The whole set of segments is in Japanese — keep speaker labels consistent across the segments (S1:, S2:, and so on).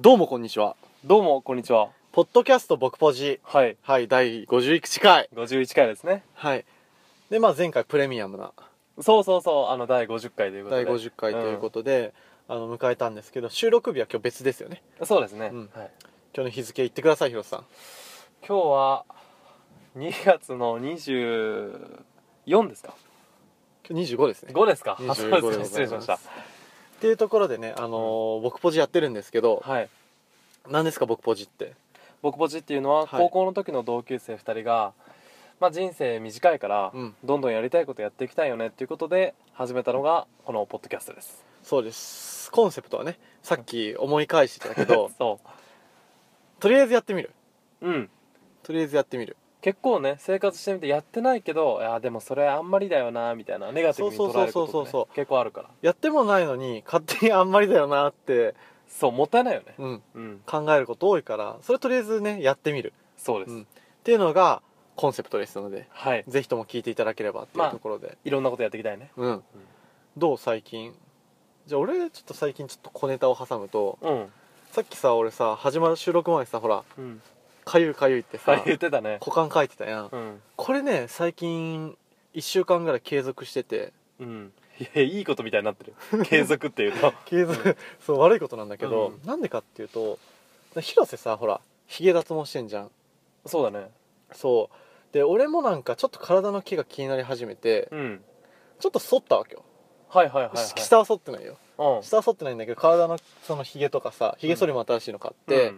S1: どうもこんにちは。
S2: どうもこんにちは
S1: ポッドキャスト僕ポジ。
S2: はい
S1: はい、第51回。
S2: 51回ですね
S1: はい。で、まあ前回プレミアムな
S2: そうそうそうあの第50回ということ
S1: 第
S2: で、
S1: 50回ということとで、あの、迎えたんですけど、収録日は今日別ですよね。
S2: うんそうですね、
S1: うん
S2: はい、
S1: 今日の日付言ってください、ヒロさん。
S2: 今日は2月の24ですか
S1: 今日25ですね。
S2: 5ですか
S1: 25
S2: あそうで
S1: で
S2: す
S1: ございま
S2: ね
S1: す
S2: 失礼しました
S1: っていうところでね、あのー僕ポジやってるんですけど、
S2: はい
S1: 何ですか僕ポジって。
S2: 僕ぼちっていうのは
S1: はい
S2: 高校の時の同級生2人が、まあ、人生短いから、
S1: うん
S2: どんどんやりたいことやっていきたいよねっていうことで始めたのがこのポッドキャストです、
S1: そうです。コンセプトはね、さっき思い返してたけど
S2: そ
S1: とりあえずやってみる。
S2: ううん
S1: とりあえずやってみる。
S2: 結構ね生活してみてやってないけどいやでもそれあんまりだよなみたいなネガティブに捉えること
S1: そうそうそうそう
S2: って、
S1: そ
S2: ね
S1: う、
S2: 結構あるから
S1: やってもないのに、勝手にあんまりだよなって、
S2: そうもったいないよね
S1: うん、
S2: うん
S1: 考えること多いから、それとりあえずね、やってみる。
S2: そうです、
S1: うんっていうのがコンセプトですので
S2: はい
S1: ぜひとも聞いていただければっていうところで、
S2: いろんなことやっていきたいね
S1: うんどう最近じゃあ俺ちょっと最近ちょっと小ネタを挟むと
S2: うん
S1: さっきさ俺さ始まる収録前にさほら
S2: うん
S1: 「かゆいかゆい」って
S2: はい
S1: さ
S2: 言ってたね
S1: 股間書いてたやん
S2: うん
S1: これね最近1週間ぐらい継続してて
S2: うんいやいいことみたいになって る継続っていうと
S1: 継続、 そう悪いことなんだけど、
S2: うん
S1: なんでかっていうと広瀬さほらヒゲ脱毛してんじゃん
S2: そうだね
S1: そうで俺もなんかちょっと体の毛が気になり始めて
S2: うん
S1: ちょっと剃ったわけよ、
S2: はいはいはい、はい、
S1: 下は剃ってないよ
S2: うん
S1: 下は剃ってないんだけど体のそのヒゲとかさヒゲ剃りも新しいの買って、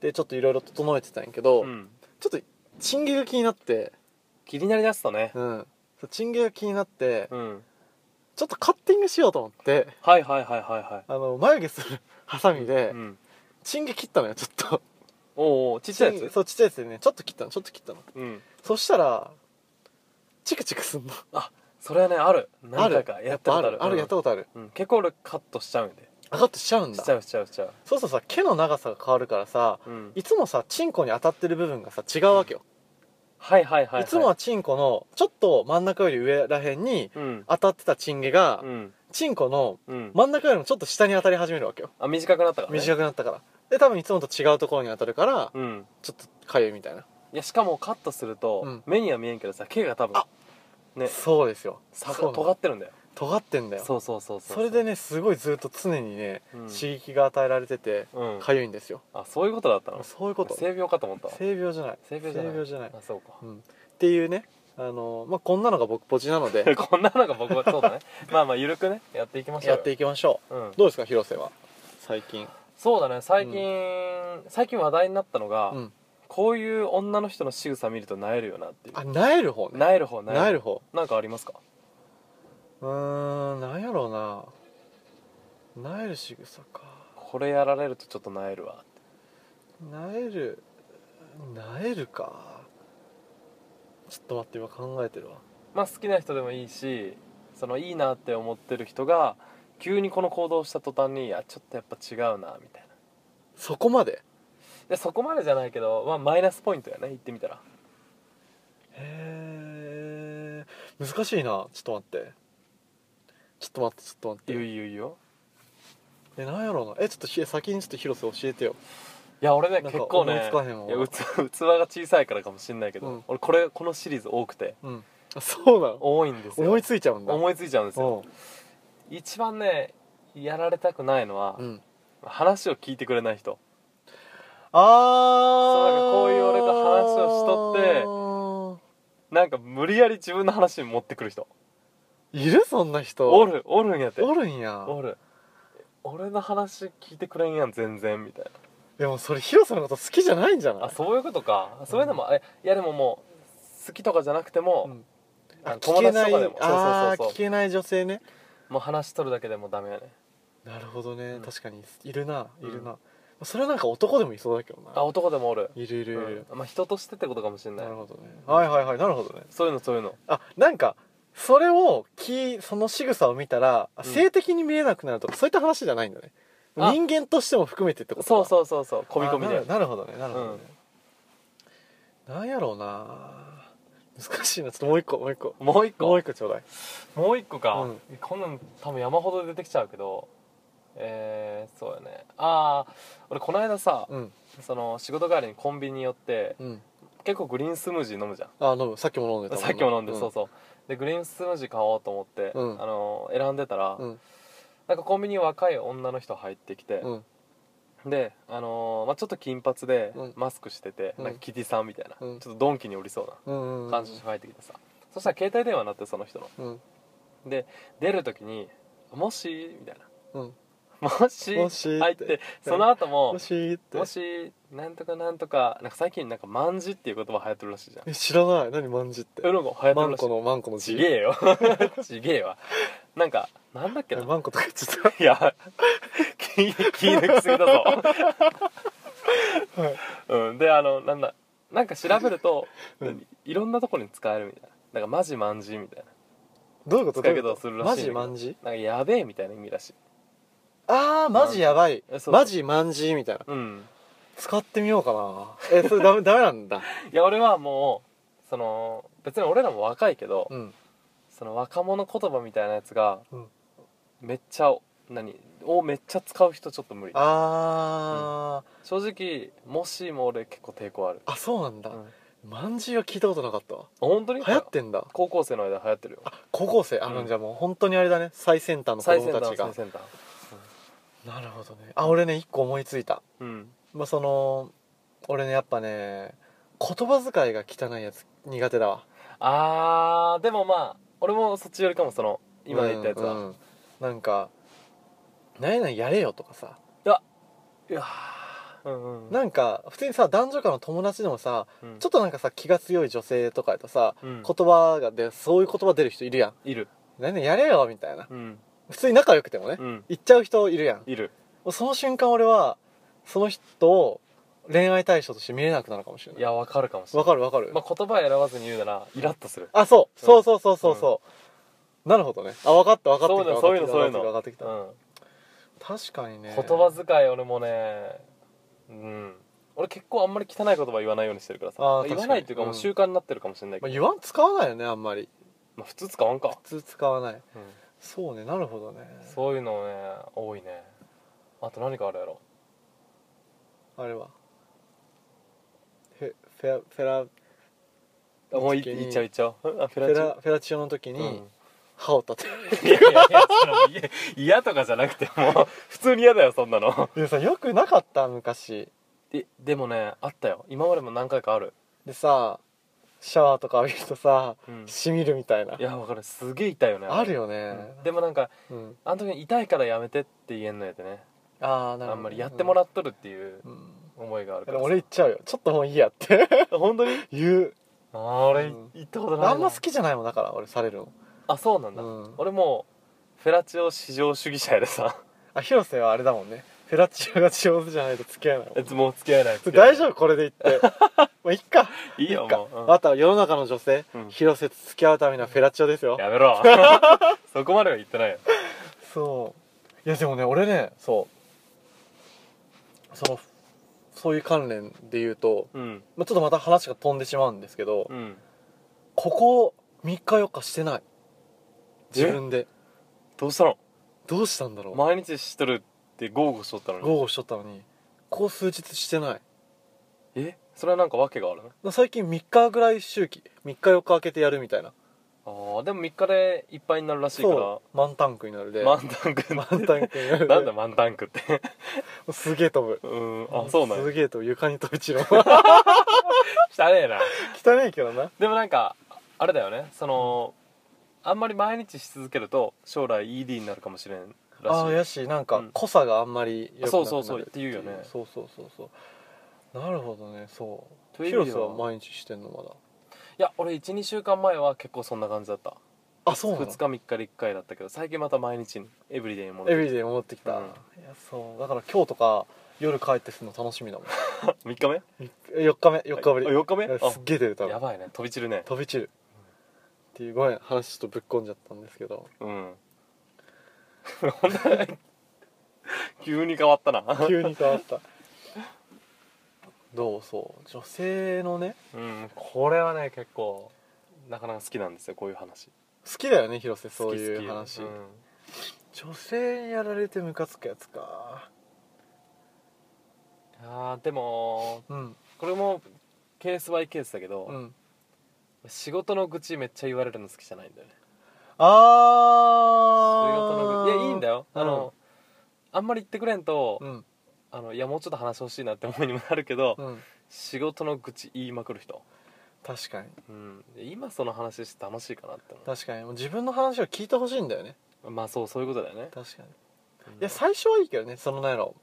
S1: でちょっといろいろ整えてたんやけど、
S2: うん、うん、
S1: ちょっとチン毛が気になって
S2: 気になりだすとね
S1: うんそうチン毛が気になって、
S2: うん
S1: ちょっとカッティングしようと思って
S2: はいはいはいはいは
S1: あの眉毛するハサミ
S2: い
S1: で、
S2: うん
S1: チン毛切ったのよちょっと
S2: おうおうちっちゃいや
S1: チン
S2: つ
S1: そうちっちゃいやつでねちょっと切ったのちょっと切ったの
S2: うん
S1: そしたらチクチクすんの
S2: それはねある何回かやったことあ
S1: あ
S2: る
S1: るあ
S2: う
S1: る
S2: ん
S1: やったことある
S2: うん、結構俺カットしちゃうんで
S1: あカットしちゃうん
S2: し
S1: だ
S2: ちゃうしちゃうしちゃう
S1: そうするとさ毛の長さが変わるからさ
S2: うん
S1: いつもさチンコに当たってる部分がさ違うわけよ
S2: はいはいはい
S1: いつもはチンコのちょっと真ん中より上らへんに
S2: うん
S1: 当たってたチン毛が、
S2: うん
S1: チンコの
S2: うん
S1: 真ん中よりもちょっと下に当たり始めるわけよ、
S2: あ短くなったからね
S1: 短くなったからで多分いつもと違うところに当たるから
S2: うん
S1: ちょっとかゆいみたいな、
S2: いやしかもカットすると、
S1: うん
S2: 目には見えんけどさ毛が多分
S1: あ
S2: ね
S1: そうですよ
S2: さ
S1: そうなの
S2: 尖ってるんだよ
S1: 尖ってんだよ
S2: そうそうそうう
S1: それでねすごいずっと常にね、
S2: うん
S1: 刺激が与えられてて
S2: うん
S1: かゆいんですよ、
S2: あそういうことだったの
S1: そういうこと
S2: 性病かと思ったわ
S1: 性病じゃない
S2: 性病じゃないあそう
S1: う
S2: か
S1: ん、っていうねあのまあこんなのが僕ポチなの で
S2: こんなのが僕はそうだねまあまあゆるくねやっていきましょう
S1: やって
S2: い
S1: いきましょ
S2: うん
S1: うどうですか広瀬は最近
S2: そうだね最近、最近話題になったのが、
S1: うん
S2: こういう女の人の仕草見るとなえるよなっていう
S1: あなえる方ね
S2: なえる方なえる
S1: なえる方
S2: なんかありますか
S1: うーんなんやろうななえる仕草か
S2: これやられるとちょっとなえるわって
S1: なえるなえるかちょっと待って今考えてるわ
S2: まあ好きな人でもいいしそのいいなって思ってる人が急にこの行動をした途端にいやちょっとやっぱ違うなみたいな
S1: そこまで
S2: でそこまでじゃないけど、まあ、マイナスポイントやね言ってみたら
S1: へえ難しいなちょっと待ってちょっと待ってちょっと待っ
S2: 言う
S1: て
S2: 言う言うよ
S1: えなんやろうなえちょっとひ先にちょっと広瀬教えてよ
S2: いや俺
S1: な
S2: ね
S1: ん
S2: 結
S1: か
S2: 構ね
S1: 思いつかへんわ
S2: いや 器器が小さいからかもしんないけど、
S1: うん
S2: 俺これこのシリーズ多くて
S1: うんあそうなの
S2: 多いんですよ
S1: 思いついちゃうんだ
S2: 思いついちゃうんですよ
S1: うん
S2: 一番ねやられたくないのは、
S1: うん
S2: 話を聞いてくれない人
S1: ああ
S2: そうなんかこういう俺と話をしとって
S1: とっ
S2: なんか無理やり自分の話に持ってくる人
S1: ているそんな人
S2: おるおるんやって
S1: おるんや
S2: おる俺の話聞いてくれんやん全然みたい
S1: でもそれ広瀬のこと好きじゃないんじゃ
S2: な
S1: な
S2: あ
S1: い
S2: そういうことかそういうのも、えいやでももう好きとかじゃなくても、
S1: うん
S2: あの
S1: 聞けない
S2: 友達とかでも
S1: あー
S2: そうそうそうそう
S1: 聞けない女性ね
S2: もう話しとるだけでもダメやね
S1: なるほどね、
S2: うん
S1: 確かにいるな
S2: う
S1: い
S2: ん
S1: るな、それはなんか男でもいそうだけど
S2: あ
S1: な
S2: 男でもおる
S1: いるいるいる、
S2: うんまあ、人としてってことかもしれない
S1: なるほどねはいはいはいなるほどね
S2: そういうのそういうの
S1: あなんかそれをきその仕草を見たら、あ
S2: うん
S1: 性的に見えなくなるとかそういった話じゃないんだね
S2: あ
S1: 人間としても含めてってこと
S2: そう
S1: う
S2: そうそうそう込み込みで
S1: なるなるほどねなるほどね、なんやろうな難しいなちょっともう一個もう一個
S2: もう一個
S1: もう一個ちょうだい
S2: もう一個か、
S1: うん
S2: こんなん多分山ほど出てきちゃうけどえー、そうやねああ俺この間さ、
S1: うん
S2: その仕事帰りにコンビニ寄って
S1: うん
S2: 結構グリーンスムージー飲むじゃん
S1: あ飲むさっきも飲んでた
S2: さっきも飲んで、そう
S1: う
S2: そうでグリーンスムージー買おうと思って、
S1: うん
S2: あの選んでたら、
S1: うん
S2: なんかコンビニに若い女の人入ってきて、
S1: うん
S2: で、あのーまあ、ちょっと金髪で
S1: うん
S2: マスクしてて、
S1: うん
S2: なんかキティさんみたいな、
S1: うん
S2: ちょっとドンキにおりそう
S1: うんう
S2: なん感じの人が入ってきてさ、そしたら携帯電話になってその人の
S1: うん
S2: で出る時に「もし?」みたいな
S1: うん
S2: 「もし?」
S1: もし
S2: 入ってその後も
S1: もしーっ
S2: 「
S1: て
S2: もしなんとかなんとか」なんか最近なんか「まんじ」っていう言葉流行ってるらしいじゃん
S1: え知らない何まんじって
S2: うのが流行って
S1: マ
S2: る
S1: ン
S2: らし
S1: コ
S2: い
S1: のマンコの
S2: ち
S1: 字
S2: げえよちげえわなんかなんだっけ
S1: え
S2: な
S1: マンコとか言っちゃっ
S2: いや気気抜きすぎだぞ、うん、であのなんだなんか調べると、
S1: うん
S2: いろんなところに使えるみたいななんかマジマンジみたいな
S1: た どういうこと
S2: 使い方をするらしい
S1: マ
S2: んだけ
S1: ジ
S2: ど
S1: マンジ
S2: なんかやべえみたいな意味らしい
S1: ああマジやばい
S2: えそう
S1: マジマンジみたいな
S2: うん
S1: 使ってみようかなえそれダメダメなんだ
S2: いや俺はもうその別に俺らも若いけど、
S1: うん
S2: その若者言葉みたいなやつが、
S1: うん
S2: めっちゃ何をめっちゃ使う人ちょっと無理
S1: あー
S2: 正直もしも俺結構抵抗ある、
S1: あそうなん
S2: う
S1: だ
S2: ん、あ
S1: マンジは聞いたことなかったわ
S2: 本当に
S1: 流行ってんだ
S2: 高校生の間流行ってるよ
S1: あ高校生あ
S2: うん
S1: じゃあもう本当にあれだね最先端の子
S2: 最先
S1: 供た
S2: 端
S1: ちが
S2: 最先端
S1: なるほどねあ俺ね一個思いついた
S2: うん
S1: まあその俺ねやっぱね言葉遣いが汚いやつ苦手だわ
S2: あーでもまあ俺もそっちよりかもその今言ったやつは、
S1: うんうんなんか「何々やれよ」とかさ
S2: いやーうんうん
S1: なんか普通にさ男女間の友達でもさ
S2: うん
S1: ちょっとなんかさ気が強い女性とかやとさ、
S2: うん
S1: 言葉がでそういう言葉出る人いるやん
S2: いる
S1: 「何々やれよ」みたいな
S2: うん
S1: 普通に仲良くてもね、
S2: うん
S1: 言っちゃう人いるやん
S2: いる
S1: その瞬間俺はその人を恋愛対象として見れなくなるかもしれない
S2: いやわかるかもしれ
S1: わ
S2: ない
S1: かるわかる、
S2: まあ、言葉選ばずに言うならイラッとする
S1: あそう
S2: う
S1: そ
S2: ん
S1: うそうそうそうそうなるほどねあ分かった分かってきた
S2: そういうのそういうの
S1: 分かってき
S2: う
S1: た分か
S2: ん
S1: ってきた確かにね
S2: 言葉遣い俺もねうん俺結構あんまり汚い言葉言わないようにしてるからさ
S1: あー
S2: 言わ
S1: 確か
S2: ない
S1: に
S2: っていうかもううん習慣になってるかもしれないけ
S1: まあ、
S2: ど、
S1: 言わん使わないよねあんまり
S2: まあ、普通使わんか、
S1: 普通使わない
S2: うん
S1: そうねなるほどね
S2: そういうのね多いねあと何かあるやろ
S1: あれはフェフェラフェラ
S2: あもうい
S1: 次に
S2: 言っちゃう言っちゃうあ
S1: フ
S2: フェ
S1: ェ
S2: ラ
S1: ラフェラチオの時
S2: チオ
S1: に歯を立て る、
S2: うんいやいやいやそのいや嫌とかじゃなくても う普通に嫌だよそんなの
S1: でさよくなかった昔
S2: ででもねあったよ今までも何回かある、
S1: でさシャワーとか浴びるとさ
S2: うん、
S1: しみるみたいない
S2: やわかるすげえ痛いよね
S1: あるよ
S2: う
S1: ね、
S2: んでもなんか
S1: うん、
S2: あの時に痛いからやめてって言えんのやでね
S1: ああなるほどね
S2: あんまりやってもらっとるっていう
S1: うん、
S2: 思いがある
S1: で
S2: から
S1: も
S2: さ
S1: 俺言っちゃうよちょっともういいやって
S2: 本当に
S1: 言う
S2: あー俺
S1: うん
S2: 行ったことないな
S1: あんま好きじゃないもんだから俺されるの
S2: あそうなんだ、
S1: うん
S2: 俺もうフェラチオ至上主義者やで さ
S1: あ広瀬はあれだもんねフェラチオが上手じゃないと付き合えないもん
S2: いつもう付き合えない
S1: それ大丈
S2: 夫
S1: 夫これで 言ってまあいっか
S2: いいよ
S1: っか
S2: もう、うん
S1: あとは世の中の女性、
S2: うん
S1: 広瀬と付き合うためのフェラチオですよ
S2: やめろ そこまでは言ってないよ
S1: そういやでもね俺ねそうそのそういう関連で言うと、
S2: うん
S1: まあ、ちょっとまた話が飛んでしまうんですけど、
S2: うん
S1: ここ3日4日してない自分で
S2: どうしたの
S1: どうしたんだろう
S2: 毎日しとるって豪語しとったのに
S1: 豪語しとったのにこう数日してない
S2: えそれはなんか訳があるね
S1: 最近3日ぐらい周期3日4日空けてやるみたいな
S2: あーでも3日でいっぱいになるらしいか
S1: そう満タンクになるで
S2: ら満タンク
S1: 満タンクになるで
S2: なんだ満タンクって
S1: すげえ飛ぶ
S2: うんあそうなん
S1: す
S2: や
S1: げえ飛ぶ床に飛び散る
S2: 汚ねえな
S1: 汚いけどな
S2: でもなんかあれだよねそのあんまり毎日し続けると将来 ED になるかもしれん
S1: ああ
S2: ら
S1: や
S2: し
S1: しなん
S2: う
S1: か
S2: ん
S1: 濃さがあんまり良くなくなる
S2: そうそうそうっていうよね
S1: そうそうそうそうなるほどねそ
S2: と
S1: う
S2: いう意味
S1: 広
S2: で
S1: 瀬
S2: は
S1: は毎日してんのまだ
S2: いいや俺12週間前は結構そんな感じだった
S1: あそうな
S2: 2
S1: の
S2: 日3日で1回だったけど最近また毎日にエブリデイに戻
S1: エ
S2: っ
S1: ビ
S2: て
S1: デイ戻ってきた、
S2: うん
S1: いやそうだから今日とか夜帰ってするの楽しみだもん
S2: 3日目
S1: 4日目4日ぶり
S2: あ4日目
S1: すっげえ出る多
S2: や
S1: 分
S2: ばいね飛び散るね
S1: 飛び散るっていうごめん話ちょっとぶっこんじゃったんですけど
S2: うんほんとだね 急に変わったな
S1: 急に変わったどうそう女性のね
S2: うんこれはね結構なかなか好きなんですよこういう話
S1: 好きだよね広瀬
S2: 好
S1: そう
S2: き
S1: いう
S2: 好き
S1: 話、
S2: うん
S1: 女性にやられてムカつくやつか
S2: あーでも
S1: うん
S2: これもケースバイケースだけど、
S1: うん
S2: 仕事の愚痴めっちゃ言われるの好きじゃないんだよね仕
S1: あ
S2: 事
S1: ー
S2: の愚痴いやいいんだよ、あのあんまり言ってくれんと、
S1: うん
S2: あのいやもうちょっと話してほしいなって思いにもなるけど、
S1: うん
S2: 仕事の愚痴言いまくる人、
S1: 確かに
S2: うん、今その話して楽しいかなって思
S1: 確かにもう自分の話を聞いてほしいんだよね
S2: うまあそうそういうことだよね、
S1: 確かに
S2: うん
S1: いや最初はいいけどねそのなんやろ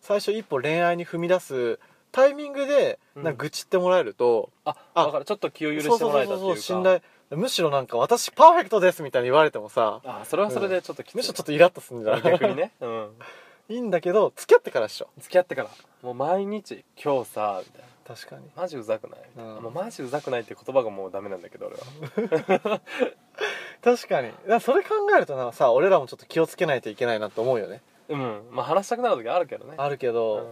S1: 最初一歩恋愛に踏み出すタイミングで
S2: うん
S1: なんか愚痴ってもらえると、
S2: あ
S1: あ
S2: だからちょっと気を許
S1: そう
S2: して
S1: そう
S2: も
S1: そ
S2: ら
S1: う
S2: えた
S1: そ
S2: っ
S1: う
S2: ていう
S1: そう信
S2: か
S1: 頼むしろなんか私パーフェクトですみたいに言われてもさ
S2: あそれはそれでちょっときつい、
S1: むしろちょっとイラッとするんじゃない
S2: 逆にね、うん、
S1: いいんだけど付き合ってからでしょ
S2: 付き合ってからもう毎日「今日さ」みたいな
S1: 確かに
S2: 「マジうざくない?」みたいな、
S1: うん
S2: まあマジうざくない」っていう言葉がもうダメなんだけど俺は
S1: 確かにだからそれ考えるとなさ俺らもちょっと気をつけないといけないなと思うよね
S2: うんまあ話したくなる時あるけどね
S1: あるけ
S2: う
S1: ど、
S2: ん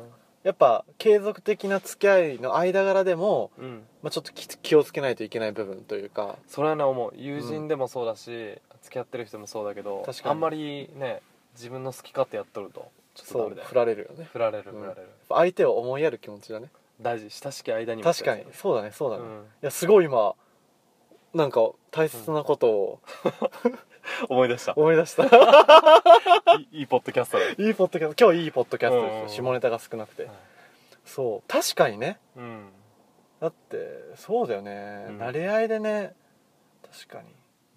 S1: やっぱ継続的な付き合いの間柄でも、
S2: うん
S1: まあ、ちょっとき気をつけないといけない部分というか
S2: それはね思う友人でもそうだし、付き合ってる人もそうだけど
S1: 確かに
S2: あんまりね自分の好き勝手やっとるとちょっと
S1: そ
S2: ダメ
S1: う
S2: だよ
S1: 振られるよね
S2: 振られる
S1: うん
S2: 振られる、
S1: 相手を思いやる気持ちだね
S2: 大事親しき間にも
S1: 確かにそうだねそう
S2: う
S1: だね、い
S2: ん、
S1: やすごい今なんか大切なことを
S2: 思い出した
S1: 思い出した、
S2: いいいポッドキャストだ、
S1: いいポッドキャスト今日いいポッドキャスト
S2: うんうんうん
S1: ですよ下ネタが少なくて、そう確かにね
S2: うん
S1: だってそうだよね、
S2: うん
S1: 慣れ合いでね確かに、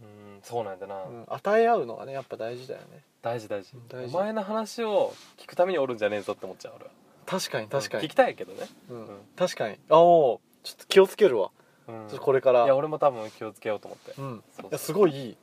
S2: うんそうなんだな、
S1: うん、与え合うのがねやっぱ大事だよね
S2: 大事大事
S1: うん大事
S2: お前の話を聞くためにおるんじゃねえぞって思っちゃう俺は
S1: 確かに確か
S2: うん
S1: に
S2: 聞き、たいけどね、
S1: うん
S2: うん
S1: 確かにあおうちょっと気をつけるわ、
S2: うん
S1: ちょっとこれから
S2: いや俺も多分気をつけようと思って、
S1: うん
S2: そうそう
S1: いやすごいいい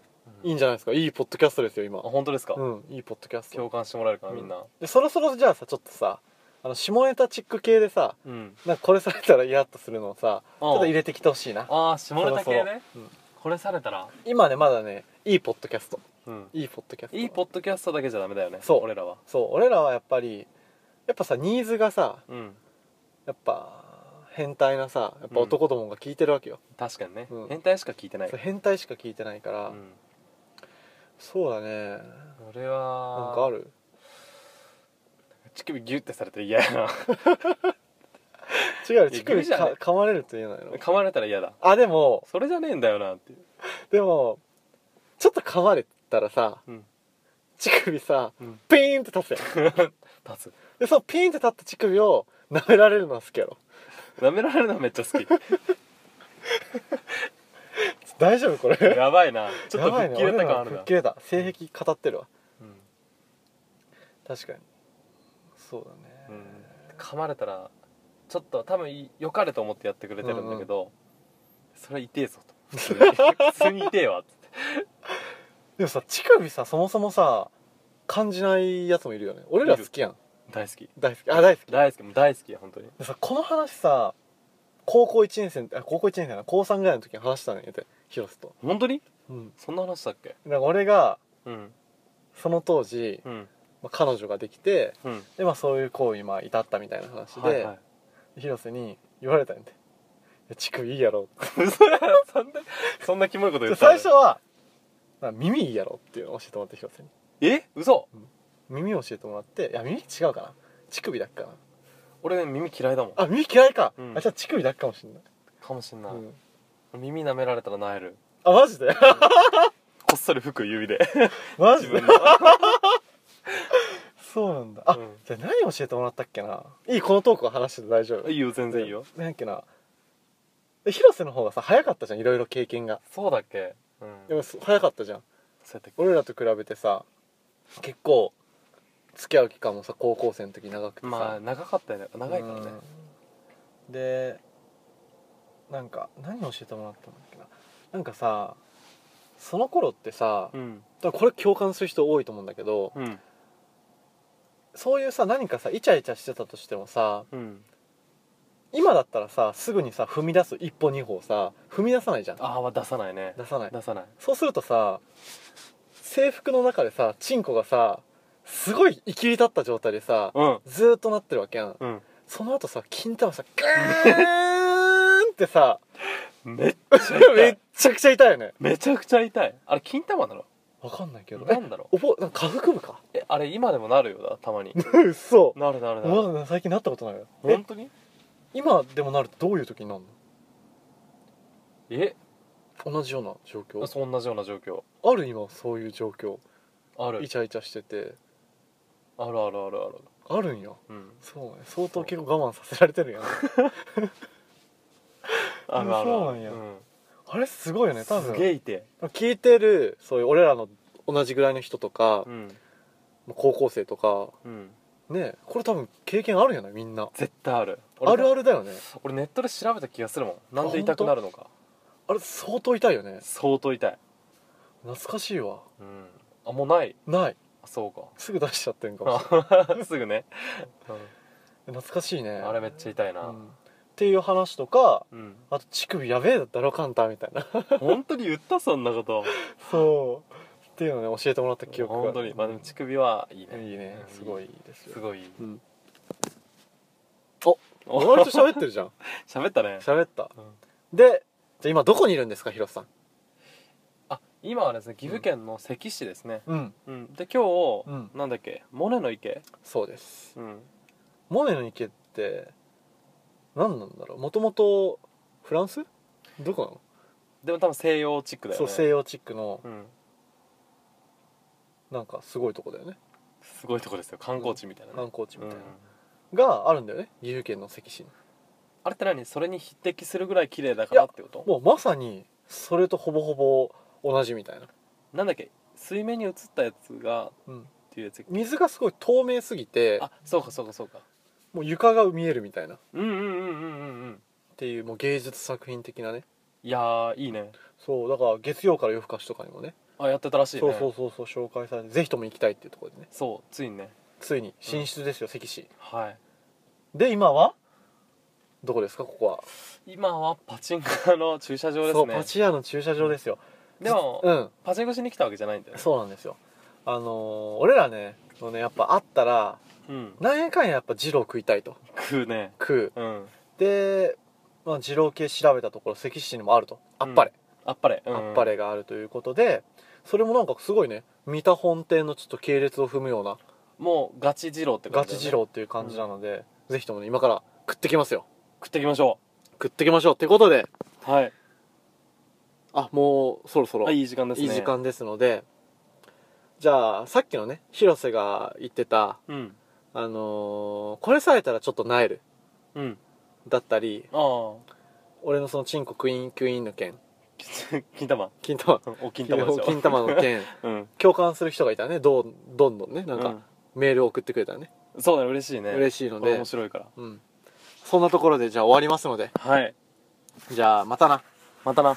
S2: うん
S1: いいんじゃないですかいいポッドキャストですよ今
S2: あ本当ですか、
S1: うんいいポッドキャス
S2: 共
S1: ト
S2: 感してもらえるかなみんな
S1: でそろそろじゃあさちょっとさあの下ネタチック系でさ
S2: うん、
S1: なんかこれされたらイラッとするのをさちょっと入れてきてほしいな
S2: ああ下ネタ系
S1: そろ
S2: ね
S1: そろうん
S2: これされたら、
S1: 今ねまだねいいポッドキャスト
S2: うん、
S1: いいポッドキャスト
S2: いいポッドキャストだけじゃダメだよね
S1: そう
S2: 俺らは
S1: そう俺らはやっぱりやっぱさニーズがさ
S2: うん
S1: やっぱ変態なさやっぱ男どもが聞いてるわけよ、
S2: 確かにね、
S1: うん
S2: 変態しか聞いてない
S1: そ
S2: か、
S1: う変態しか聞いてないからら、
S2: うん、
S1: そうだね
S2: 俺は
S1: なんかある
S2: 乳首ギュッてされて嫌やな
S1: 違うよ
S2: いや
S1: 乳首
S2: いいじゃ
S1: か
S2: ん
S1: 噛まれると言えないの
S2: 噛まれたら嫌だ
S1: あでも
S2: それじゃねえんだよなっていう
S1: でもちょっと噛まれたらさ
S2: うん
S1: 乳首さ
S2: うん
S1: ピーンって立つやん
S2: 立つ
S1: でそのピーンって立った乳首を舐められるのは好きやろ
S2: 舐められるのめっちゃ好き
S1: 大丈夫これ
S2: やばいな ちょっと
S1: やばい
S2: 吹っ切れた感あ
S1: 俺ら
S2: るな
S1: 吹っ切れた性癖語ってるわ
S2: うん
S1: 確かにそうだ
S2: う
S1: ね、
S2: ん噛まれたらちょっと多分良かれと思ってやってくれてるんだけど、それ痛えぞと 普通に痛えわっつって
S1: でもさ乳首さそもそもさ感じないやつもいるよね俺ら好きやん
S2: 大好き
S1: 大好きあ大好き
S2: 大好きもう大好き本当に
S1: でさこの話さ高校1年生あ高校1年生かな高3ぐらいの時に話したのよって広瀬と
S2: 本当に
S1: うん
S2: そんな話だっけ
S1: なんか俺が
S2: うん
S1: その当時、
S2: うん
S1: まあ、彼女ができて
S2: うん
S1: でまあそういう行為にまあ至ったみたいな話で、
S2: はいはい
S1: 広瀬に言われたんやていや乳首いいやろ
S2: 嘘やろそんなそんなキモいこと言
S1: で
S2: ってた
S1: 最初はまあ耳いいやろっていうのを教えてもらって広瀬に
S2: え嘘
S1: 耳を教えてもらっていや耳違うかな乳首だっけかな
S2: 俺ね耳嫌いだもん
S1: あ耳嫌いか、
S2: うん
S1: あじゃあ乳首だけかもしんない、
S2: かもしんない、
S1: うん
S2: 耳舐められたらなえる
S1: あマ ジで
S2: こっそり吹く指で
S1: マジ
S2: 自
S1: で
S2: 分の
S1: そうなんだあ、
S2: うん
S1: じゃあ何教えてもらったっけないいこのトークは話してて大丈夫
S2: いいよ全然いいよ
S1: 何やっけなで広瀬の方がさ早かったじゃんいろいろ経験が
S2: そうだっけうん
S1: でもそ早かったじゃん
S2: そうやって
S1: 俺らと比べてさ結構付き合う期間もさ高校生の時長くてさ
S2: まあ長かったよね長いからね
S1: うんでなんか何教えてもらったんだっけななんかさその頃ってさ、
S2: うん
S1: 多分これ共感する人多いと思うんだけど、
S2: うん
S1: そういうさ何かさイチャイチャしてたとしてもさ
S2: うん
S1: 今だったらさすぐにさ踏み出す一歩二歩さ踏み出さないじゃん
S2: ああは出さないね
S1: 出さない
S2: 出さない
S1: そうするとさ制服の中でさチンコがさすごい生きり立った状態でさ
S2: うん
S1: ずーっとなってるわけやん
S2: うん
S1: その後さ金玉さグーンってさ
S2: めっちゃ痛
S1: めっ
S2: い
S1: ちゃくちゃ痛いよね
S2: めちゃくちゃ痛いあれ金玉なの
S1: わかんないけど
S2: なんだろう
S1: おぼなんか下腹部か
S2: えあれ今でもなるよなた まに
S1: 嘘
S2: なるなるなる
S1: まだ最近なったことないよえ
S2: 本当に
S1: 今でもなるとどういう時になる
S2: え
S1: の同じような状況
S2: そんなような状況
S1: ある今そういう状況
S2: ある
S1: イチャイチャしてて
S2: あるあるあるある
S1: あるんや
S2: うん
S1: そうね相当結構我慢させられてるやんそう
S2: あるあるあ
S1: なん
S2: る
S1: や
S2: うん
S1: あれすごいよね多
S2: す
S1: 分
S2: げえいて
S1: 聞いてるそういう俺らの同じぐらいの人とか
S2: う、ん
S1: 高校生とか
S2: うん
S1: ねこれ多分経験あるんやなみんな
S2: 絶対ある
S1: あるあ
S2: る
S1: るだよね
S2: 俺ネットで調べた気がするもんなんで痛くなるのか
S1: あれ相当痛いよね
S2: 相当痛い
S1: 懐かしいわ
S2: うんあもうない
S1: ない
S2: あそうか
S1: すぐ出しちゃってんかもし
S2: あ すぐ
S1: れない
S2: ね、
S1: 懐かしいね
S2: あれめっちゃ痛いうな、
S1: んっていう話とか
S2: うん、
S1: あと乳首やべえだったろカンタみたい な
S2: 本当に言ったそんなこと
S1: そうっていうのね教えてもらった記憶が
S2: 本当にまあでも乳首はいいね
S1: いいね
S2: うん
S1: すごいですよ
S2: すごい
S1: うん
S2: お
S1: 割と喋ってるじゃ ん
S2: 喋ったね、
S1: 喋った
S2: うん
S1: でじゃあ今どこにいるんですかヒロさん
S2: あ今はですね岐阜県の関市ですね、
S1: うん
S2: うんで今日、
S1: うん
S2: なんだっけモネの池、
S1: そうです
S2: うん、
S1: モネの池って何なんだろうもともとフランスどこなの
S2: でも多分西洋チックだよ
S1: そう
S2: ね
S1: 西洋チックの
S2: うん、
S1: なんかすごいとこだよね
S2: すごいとこですよ観光地みたいなね、
S1: 観光地みたいな、
S2: うん
S1: があるんだよね岐阜県の関市に
S2: あれって何それに匹敵するぐらい綺麗だからってこと
S1: もうまさにそれとほぼほぼ同じみたいな、
S2: なんだっけ水面に映ったやつが
S1: うん、
S2: っていうやつ
S1: 水がすごい透明すぎて
S2: あそうかそうかそうか
S1: もう床が見えるみたいなっ
S2: うんうんうんうんうんうん
S1: ていうもう芸術作品的なね
S2: いやーいいね
S1: そうだから月曜から夜更かしとかにもね
S2: あやってたらしいね
S1: そうそうそうそう紹介されてぜひとも行きたいっていうところでね
S2: そうついにね
S1: ついに進出ですよ、関市
S2: はい
S1: で今はどこですかここは
S2: 今はパチンコの駐車場ですね
S1: そうパチ屋の駐車場ですよ
S2: でも、
S1: うん
S2: パチンコしに来たわけじゃないんだよね
S1: そうなんですよあのー俺らねのねやっぱ会ったら
S2: うん
S1: 何やかんややっぱ二郎食いたいと
S2: 食うね
S1: 食
S2: うん
S1: うで、まあ、二郎系調べたところ関市にもあるとあっぱれ、
S2: あっぱれ、うん、
S1: あっぱれがあるということでそれもなんかすごいね三田本店のちょっと系列を踏むような
S2: もうガチ二郎って感
S1: ガ
S2: じだ
S1: チ
S2: よね
S1: 二郎っていう感じなので、ぜひともね今から食ってきますよ
S2: 食っていきましょ
S1: 食ってきましょうってことで
S2: うはい
S1: あもうそろそろ
S2: あいい時間ですね
S1: いい時間ですのでじゃあさっきのね広瀬が言ってた
S2: うん
S1: あのーこれさえたらちょっとなえる
S2: うん
S1: だったり
S2: ああ
S1: 俺のそのチンコクイーンクイーンの件
S2: 金玉
S1: 金玉
S2: お金玉でしょ
S1: 金玉の件
S2: うん
S1: 共感する人がいたらねどうどんどんねなんかメールを送ってくれたらね、
S2: うんそうだね嬉しいね
S1: 嬉
S2: し
S1: しいので
S2: 面白いから
S1: うんそんなところでじゃあ終わりますので
S2: はい
S1: じゃあまたな
S2: またな